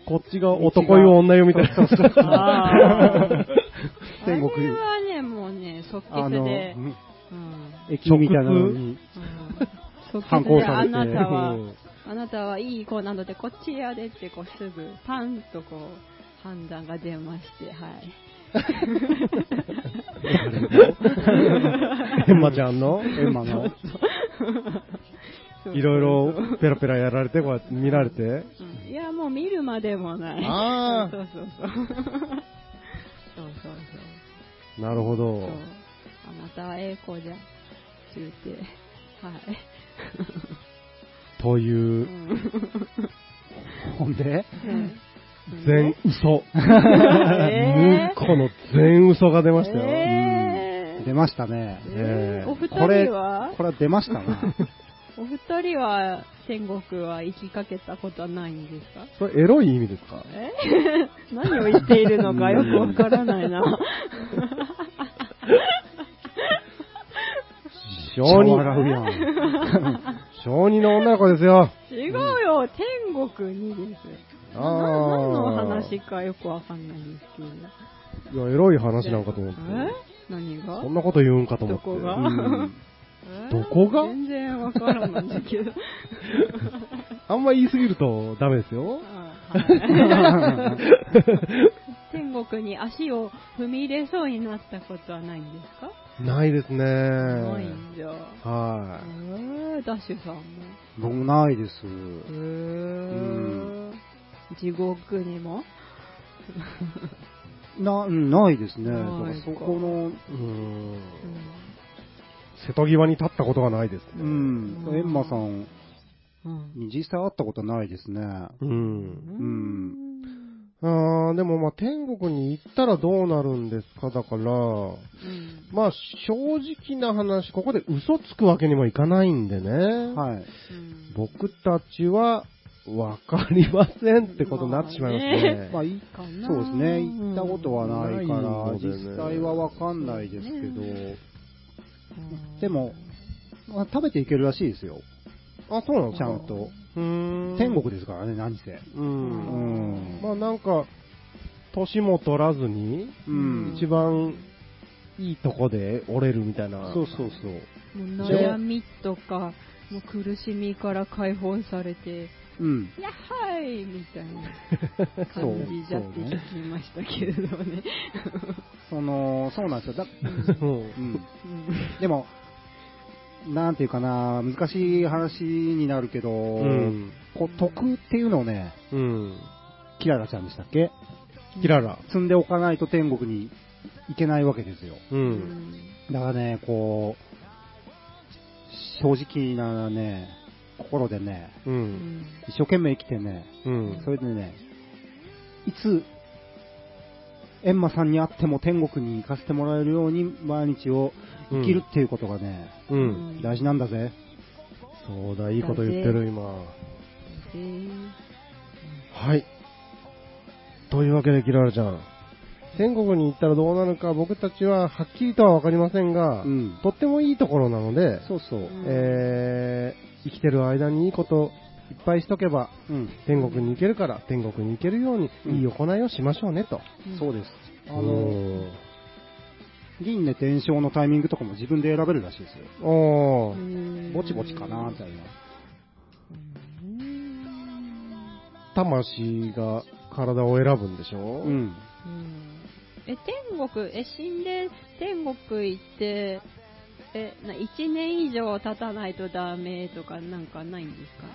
こっちが男湯女湯 みたいな。あー天あれ国はね、もうね、即 あ決の、で、うんうん駅みたいなのに、うん即反決抗でさあれてなたはうん、あなたはいい子なので、こっちやでって、こう、すぐ、パンとこう、判断が出まして、はい。エンマちゃんのエンマの。そういろいろペラペラやられて、こうやって見られて。うんいや、もう見るまでもない。あーそうそうそう。そうそうそう。なるほそうど。あなたはええ子じゃ。言う て。はい。とういう、んほんで、全嘘。えーこの全嘘が出ましたよ。え出ましたね。ーええーーお二これ、人はこれは出ました な。お二人は天国は行きかけたことはないんですかそれエロい意味ですかえ 何を言っているのかよくわからない な。非常に超、笑うやん。小児の女の子ですよ。違うよ、天国にです。あーな何の話かよくわかんないんですけど。いや、エロい話なんかと思って。え何がそんなこと言うんかと思っどて。こが、うんえどこが全然わからないんだけ ど。あんま言いすぎるとダメですよ。あ はい天国に足を踏み入れそうになったことはないんですか、ないですね。ないんじゃ。はえい。ー、ダッシュさんも。僕もないです。えー、地獄にもな、うんないですね。だかないらかそこの、うーん。瀬戸際に立ったことがないですね。うん、うんエンマさんうん。に実際会ったことないですね。うん。んあー、でもまあ天国に行ったらどうなるんですか、だから、うんまあ正直な話、ここで嘘つくわけにもいかないんでね。はい。うん僕たちは、わかりませんってことになってしまいますね。まあ、いかなそうですね。行ったことはないから、ないのでね実際はわかんないですけど、うんでも、まあ食べていけるらしいですよ。あ、そうなのちゃんと。うーん。天国ですからね、何せ。う。うんん。まあなんか、年も取らずに、うん。一番いいとこで折れるみたいな。そうそうそう。 もう悩みとか、もう苦しみから解放されて、うん。やっはーいみたいな感じじゃって聞きましたけれどね。その、そうなんですよ。だうん。うん。うんでも、なんていうかな、難しい話になるけど、うん。こう、得っていうのをね、うん。キララちゃんでしたっけキララ。積んでおかないと天国に行けないわけですよ。う。うんんだからね、こう、正直なね、心でね、う。うんん一生懸命生きてね、うん。それでね、いつ、エンマさんに会っても天国に行かせてもらえるように毎日を生きるっていうことがね、うん。大事なんだぜ。そうだ、いいこと言ってる、今。えーはい。というわけで、キララちゃん。天国に行ったらどうなるか、僕たちははっきりとはわかりませんが、うんとってもいいところなので、そうそう。んえー生きてる間にいいこといっぱいしとけば、うん。天国に行けるから、天国に行けるように、うんいい行いをしましょうね、と。そうです。あの、うん輪廻転生のタイミングとかも自分で選べるらしいですよ。おーぼちぼちかな、みたいな。魂が体を選ぶんでしょうん。うんえ、天国、え、死んで天国行って、え、な1年以上経たないとダメとかなんかないんですかね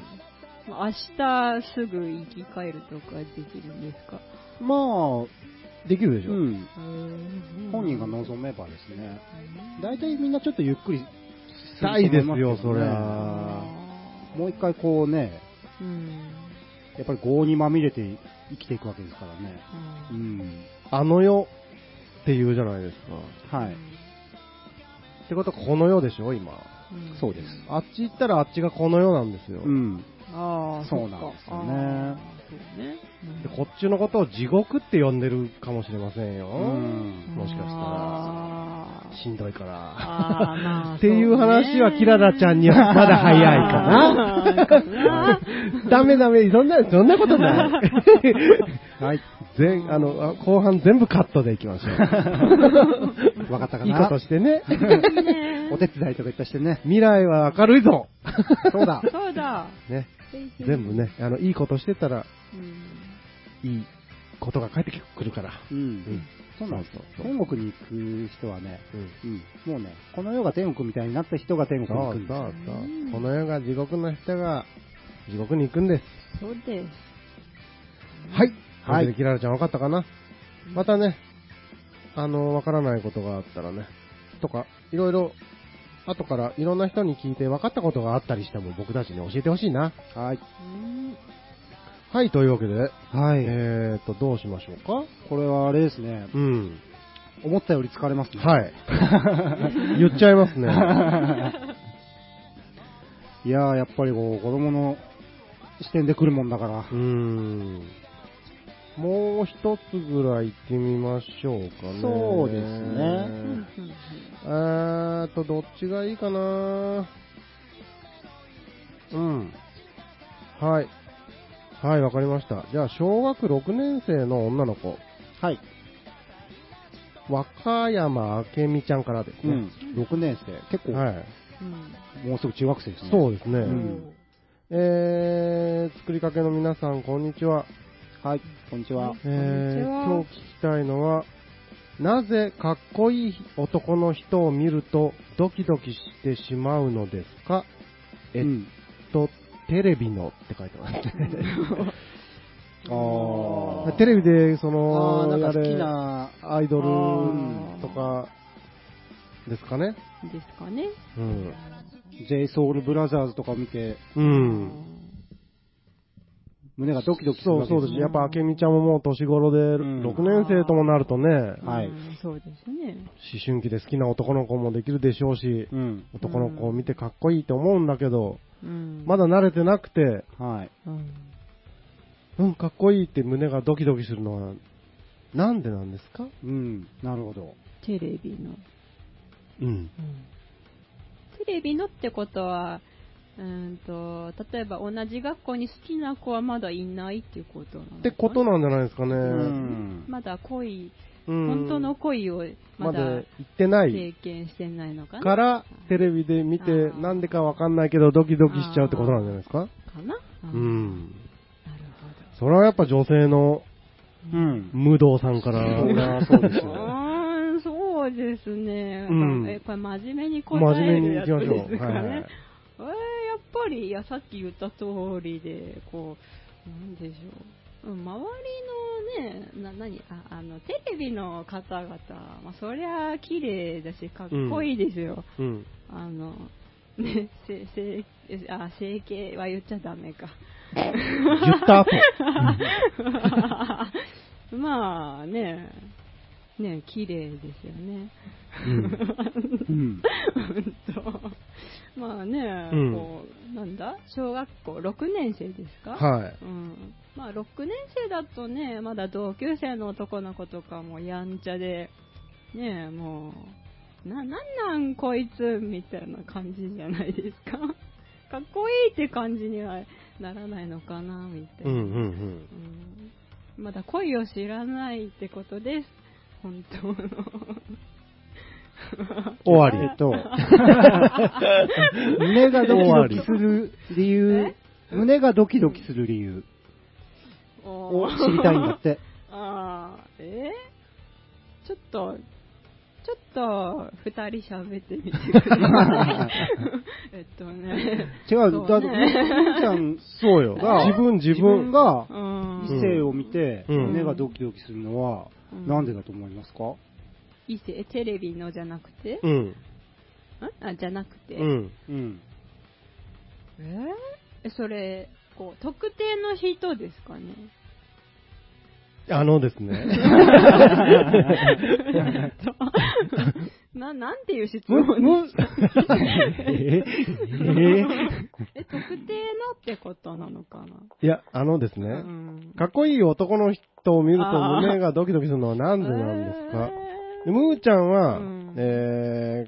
まあ明日すぐ生き返るとかできるんですかまあ、できるでしょ、うん。本本人が望めばですね。大体みんなちょっとゆっくりししたいですよ、そりれゃ。もう一回こうね、うん。やっぱり業にまみれて生きていくわけですからね。あうーん。あの世って言うじゃないですか。はい。ってことはこの世でしょ、今。んそうですあっち行ったらあっちがこの世なんですよ。うん。ああ、そうなんですよねあーそうね。うんでこっちのことを地獄って呼んでるかもしれませんよ。うんもしかしたら。あーしんどいから。あー まあっていう話はキララちゃんにははまだ早 いかな。かな。ダメダメ、そんな、そんなこと ない。はい。全、あの、あ後半全部カットでいきましょ わかったかう。いいなことしてね。お手伝いとかいっぱいしてね。未来は明るい ぞ。そうだ。そうだ。ね。全部ね、あの、いいことしてたら、うん。いいことが返ってくるから。うん。そうなんですよ。そうそう天国に行く人はね、うん。うん。もうね、この世が天国みたいになった人が天そ国に行くうんですそようそう。この世が地獄の人が地獄に行くんです。そうです。はい。はいとうことでキララちゃん分かったかなまたね、あの、分からないことがあったらね、とか、いろいろ、後からいろんな人に聞いて分かったことがあったりしても僕たちに教えてほしいな。はい。うんはい、というわけで、はい。えーと、どうしましょうかこれはあれですね。うん。思ったより疲れますね。はい。 言っちゃいますね。 いやー、やっぱりこう、子供の視点で来るもんだからうー。ん。もう一つぐらい行ってみましょうかね。そうですねうんうんえーっと、どっちがいいかなうん。はい。はい、わかりました。じゃあ、小学6年生の女の子、はい。和歌山明美ちゃんからですうねん。。6年生。結構、はい。うんもうすぐ中学生ですね。そうですね。んえー、作りかけの皆さん、こんにちは。はい。こんにちは。えー、こんに今日聞きたいのは、なぜかっこいい男の人を見るとドキドキしてしまうのですかえうん。と、テレビのって書いてます。あテレビで、そあーの、なんか好きあな、れアイドルあーとか、ですかね。ですかね。うん。 JSOUL BROTHERS とかを見て、うん。胸がドキドキするそわうけそうですね。やっぱ、明美ちゃんももう年頃で、ん6年生ともなるとね、うん思はいそうですね。春期で好きな男の子もできるでしょうし、うん。男の子を見てかっこいいと思うんだけど、うんまだ慣れてなくて、はい。うんうん、かっこいいって胸がドキドキするのは、なんでなんですかうん。なるほど。テレビの。うん。テレビのってことは、うーんと、例えば同じ学校に好きな子はまだいないっていうことなのかなってことなんじゃないですかね。うん。まだ恋、うん本当の恋をままだだ行ってない経験してないのかなか、からテレビで見て、なんでかわかんないけど、ドキドキしちゃうってことなんじゃないですかなうう。なん。るそれはやっぱ女性のうん。無道さんかそりら、ゃそうですほど。うよ。ーん、そうですね。うんえ、これ真面目に答真え面る目にや行つきましょでう。すかはね。いはい。えーやっぱり、いや、さっき言った通りで、こう、なんでしょう。うん周りのね、な、何あ、あの、テレビの方々、まあ、そりゃ、綺麗だし、かっこいいですよ。うん。あの、ね、せ、せ、あ、整形は言っちゃダメ か。 言った後。まあね、ね、綺麗ですよね。うん。 と まあね、うんこうなんだ小学校6年生ですか、はい。うん、まあ6年生だとねまだ同級生の男の子とかもやんちゃでねえもうななんなんこいつみたいな感じじゃないですか かっこいいって感じにはならないのかなみたいな、うんうんうんまだ恋を知らないってことです本当の 終わりえっと、胸がドキドキする理由、胸がドキドキする理由おをー知りたいんだって。 ああ、えーちょっと、ちょっと、二人喋ってみて くだ さい。えっとね。違う、だそっうて、みねーちゃんそうよ。が、自分、自自分分。がうん異性を見て、うん胸がドキドキするのは、うんなんでだと思いますか異性、テレビのじゃなくて、うん。んあ、じゃなくて。うん。うん。えーえそれ、こう、特定の人ですかね。あのですね。えっと な、なんていう質む、問む、ええ、特定のってことなのかな。いや、あのですうね。んかっこいい男の人を見ると胸がドキドキするのはなんでなんですかえでーむーちゃんは、うんえ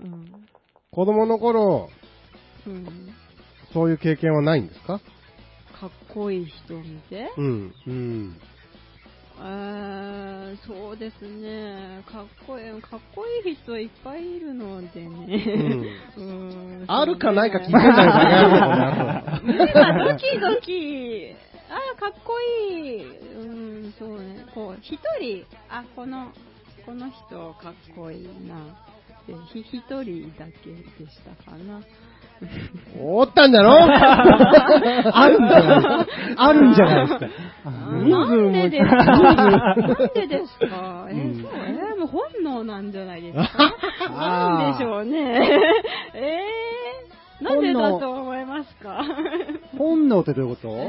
ー、うん子供の頃、うんそういう経験はないんですかかっこいい人を見て、うん。うん。えー、そうですね、かっこいい、かっこいい人いっぱいいるのでね。うんあるかないか聞いてんそうだねよ、バ カ野郎この野郎今ドキドキ、あー、かっこいい、うん、そうね、こう、一人、あ、この、この人かっこいいな。でひ一人だけでしたかな。おったんだろあるんじゃないあるんじゃないですか。なんでですかなんでですかえうんー、そう、えー、もう本能なんじゃないですかなんでしょうね。えー、なんでだと思いますか 本能ってどういうことえー、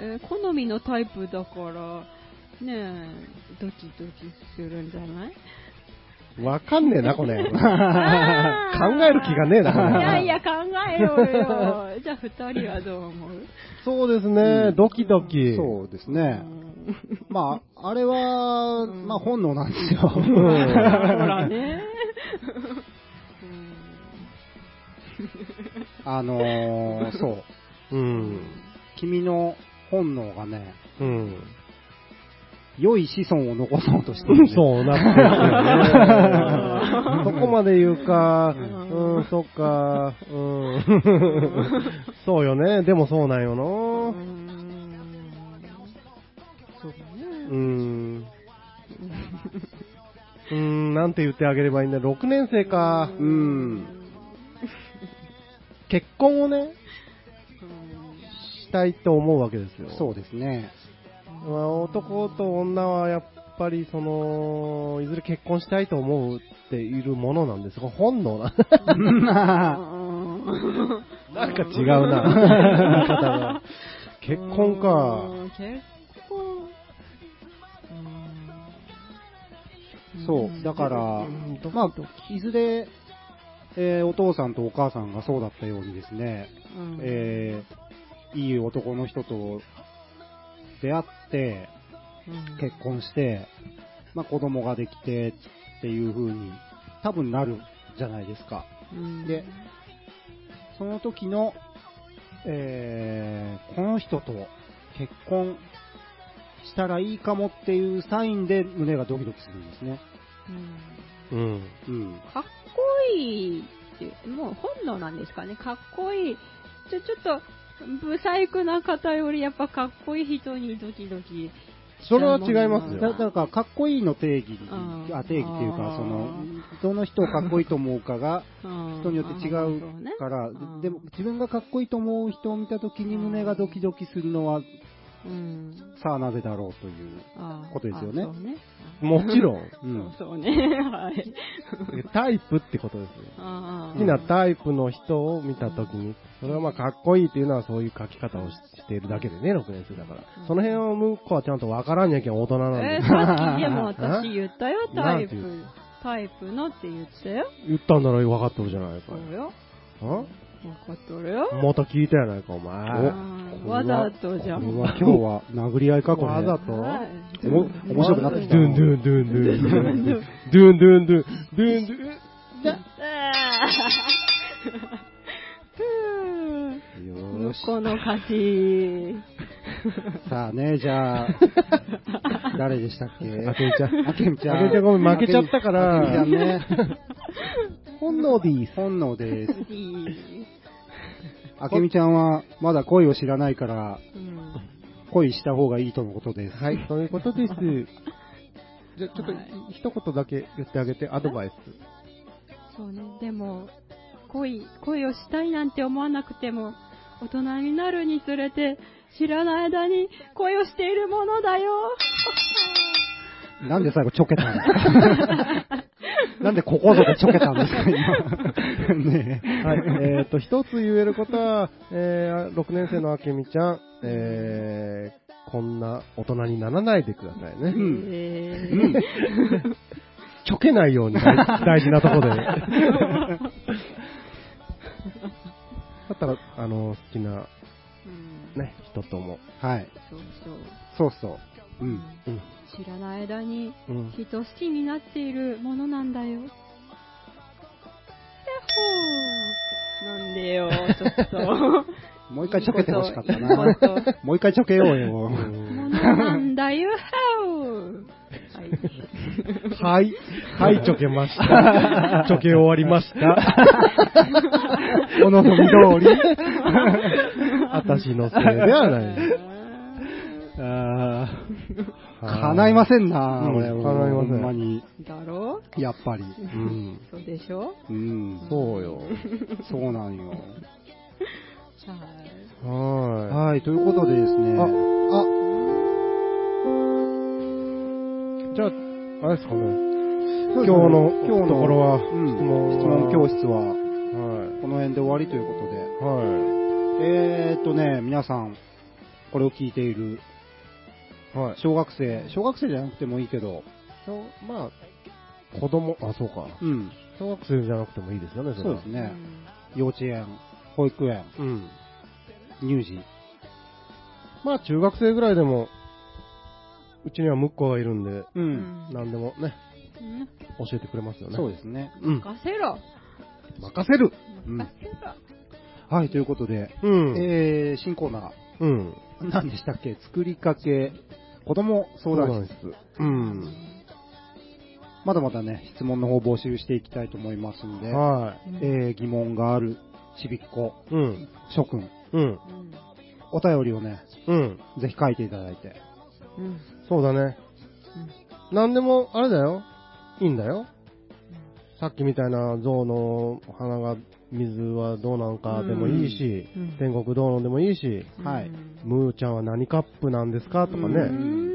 えー、えー好みのタイプだから、ねえ、ドキドキするんじゃ ないわかんねえな、こ れ。考あーえる気がねえな、こいれ。やいや、考えようよ。じゃあ、二人はどう 思うそうですね、ドキドキ。そうですうね。んまあ、あれは、んまあ本能なんですよ。ほらね。 あのー、そう。う。うん。君の本能がね、うん。良い子孫を残そうとしてる、ね。そうなってるよね。そこまで言うか、うんん、そっか、うん。 そうよね、でもそうなんような。んそうだうね。ん。うん、なんて言ってあげればいいんだ。6年生か。う。ん。結婚をね、したいと思うわけですよ。そうですね。まあ、男と女はやっぱりそのいずれ結婚したいと思うっているものなんですが本能な うんなんか違うな言い方が 結婚か。結婚。そう。だから、まあ、いずれ、えーお父さんとお母さんがそうだったようにですね、うんえーいい男の人と出会って、うん結婚して、まあ、子供ができてっていう風に多分なるじゃないですか。うんで、その時の、えーこの人と結婚したらいいかもっていうサインで胸がドキドキするんですね。うんうんうん。かっこいいって、もう本能なんですかね、かっこいい。ちょ、ちょっと、不細工な方よりやっぱかっこいい人にドキドキ。それは違いますだよだから、かっこいいの定義あ、ーあ定義っていうかあ、ーその、どの人をかっこいいと思うかが人人によって違そううねからん、でも自分がかっこいいと思う人を見た時に胸がドキドキするのは、うん。さあなぜだろうという。あーことですよねあそうね。あもちろん。うん。そうね。 はい。タイプってことですよ。ああ。好きなタイプの人を見たときに、それはまあかっこいいっていうのはそういう書き方をししているだけでね、6年生だから。その辺を向こうはちゃんとわからんにゃきゃ大人なんえでー、。さっきでも私ん言ったよ、なタんイて言プ。タイプのって言ったよ。言ったんなら分かってるじゃないかそ。うよ。ん分かっとるよ。また聞いたやないか、お前。あーわざとじゃこれん。は今日は殴り合いか、これ。わざとはいおも面白くなってドきゥた。ンドゥンドゥンドゥンドゥンドゥンドゥンドゥンドゥンドゥンドゥンよ向ーし。こうの勝ち。さあね、じ ゃあ、誰でしたっけあけみちゃんあけみちゃん。あけみちゃんごめん負けちゃったからあけみちゃんね。本能です。本能です。いいあけみちゃんは、まだ恋を知らないから、うん恋した方がいいとのことです。はい、そういうことです。じゃあちょっとはい一言だけ言ってあげて、アドバイス。そうね、でも、恋、恋をしたいなんて思わなくても、大人になるにつれて、知らない間に恋をしているものだよ。なんで最後ちょけたん ですかなんでここぞでちょけたんですか 今。ねえはい、えっ、と、一つ言えることは、え6年生のあけみちゃん、えーこんな大人にならないでくださいね。うんえうんーちょけないように大大事なとこ で。だったら、あの、好きな、うんね、人とも。はい。そうそう。そうそう。うん。うん。知らない間にうん。人を好きになっているものなんだよ。やっほーなんでよ、ちょっと。もう 一回ちょけてほしかったいいなこ。といいこもう一回ちょけようよ。とものなんだよ、はい。はい。はい、ちょけました。ちょけ終わりました。お望み通り。 私のせいではない。あーはい叶いませんな、うん俺は。叶いませんほんまに。だろやっぱり。うん。そうでしょうん。そうよ。そうなんよ。はい。ははい、ということでですね。ああ、い。じゃあ、あれですかね。今今日の、今日のところは、うん質問質問教室。室は、はこの辺で終わりということで。い。はえーっとね、皆さん、これを聞いているい。はい。小学生、小学生じゃなくてもいいけど、小まあ、子供、あ、そうか。うん、小学生じゃなくてもいいですよね、れそうはですね、幼稚園、保育園、うん。乳児、まあ、中学生ぐらいでも、うちにはムッコがいるんで、う、うんん。何でもね、うん教えてくれますよね。そううですね。うん。任せろ。任せるうん任せろ。はい、ということで、うん。えー、新コーナうん。ー、何でしたっけ、作りかけ、子供相談室。うん。まだまだね、質問の方募集していきたいと思いますんで、はえー、疑問がある、ちびっ子、い。うん。諸君、うん。うんお便りをね、うん。ぜひ書いていただいて、うんそうだね。何でも、あれだよ。いいんだよ。さっきみたいな象の花が、水はどうなんかでもいいし、うん天国どうのでもいいし、うんはいうんムーちゃんは何カップなんですかとかね。ううん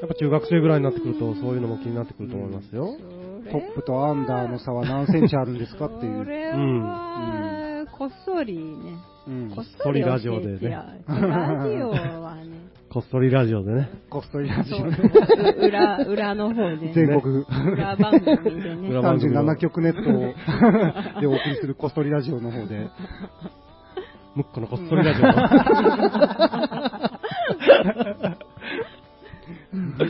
やっぱ中学生ぐらいになってくると、そういうのも気になってくると思いますよ。それトップとアンダーの差は何センチあるんですかってい。そうれは、こっそりね。うんこっそり教えてやラジオはね、 こっそりラジオでね。こっそりラジそオうねそう裏、裏の方で、ね、全国裏番組でね。裏番組を37局ネットをでお送りするこっそりラジオの方で。ムッコのこっそりラジオ。はいそ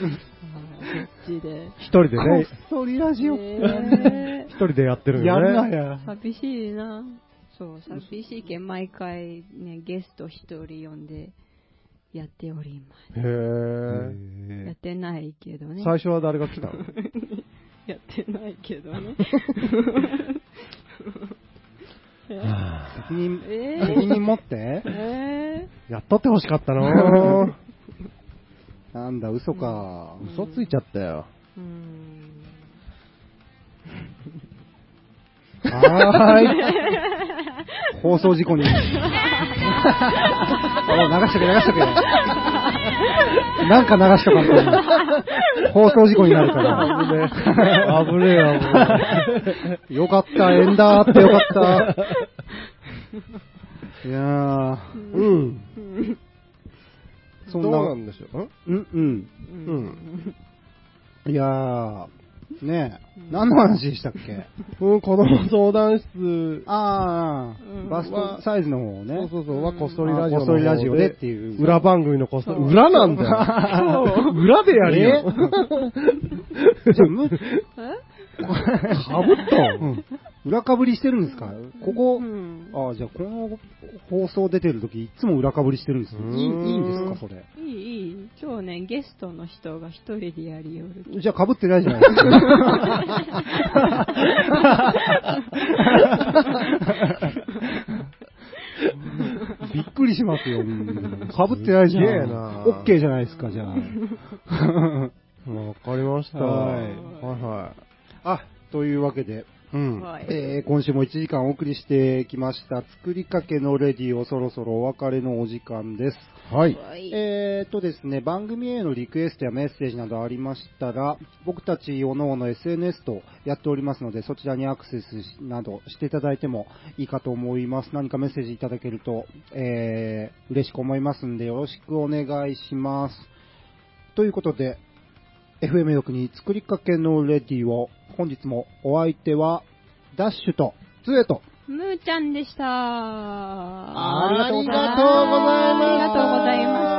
っちで。一人でね、そりラえ一人でやってるんやよね。るなやー、。寂しいな。そう、寂しいけん、毎回ね、ゲスト一人呼んでやっておりまへーす。やってないけどね。最初は誰が来たのやってないけど ね。責任、え責任持ってー、えやっとってほしかった ななんだ、嘘か。嘘ついちゃったよ。ー、うーん。 はーい。放送事故に。おい流しとけ、流しとけ。なんか流したかった。放送事故になるから。危ねえ。危ねえ、危ねよかった、エンダーあってよかった。いやー、え。うん。そそんんなな。どうなんでしょううんうん。うん。いやー、ねえ、何の話でしたっけうん、子供相談室、あうー、んバストサイズの方をね。そうそうそう、はこっそりあラジオのこ方。っそりラジオでっていう裏番組のこっそり。そう裏なんだよ。裏でやるよ。じゃあむえかぶったわうん裏かぶりしてるんですかここう、ん。あーじゃあこの放送出てる時いつも裏かぶりしてるんですよ。うーいんいいいんですか、それ。いい、いい。今日ね、ゲストの人が一人でやりよる。じゃあかぶってないじゃないですか。びっくりしますよ。かぶってないじゃん。すげえなオッケーじゃないですか、じゃあ。わかりました。はいはいはあ、というわけで、い。うん。はい。えー今週も1時間お送りしてきました、作りかけのレディをそろそろお別れのお時間です。はい。はいえー、とですね、番組へのリクエストやメッセージなどありましたら、僕たちおのおの SNS とやっておりますので、そちらにアクセスなどしていただいてもいいかと思います。何かメッセージいただけると、えー、嬉しく思いますんで、よろしくお願いします。ということで、FM 欲に作りかけのレディを、本日もお相手は、ダッシュと、ツエと、むーちゃんでした。ありがとうございますありがとうございました。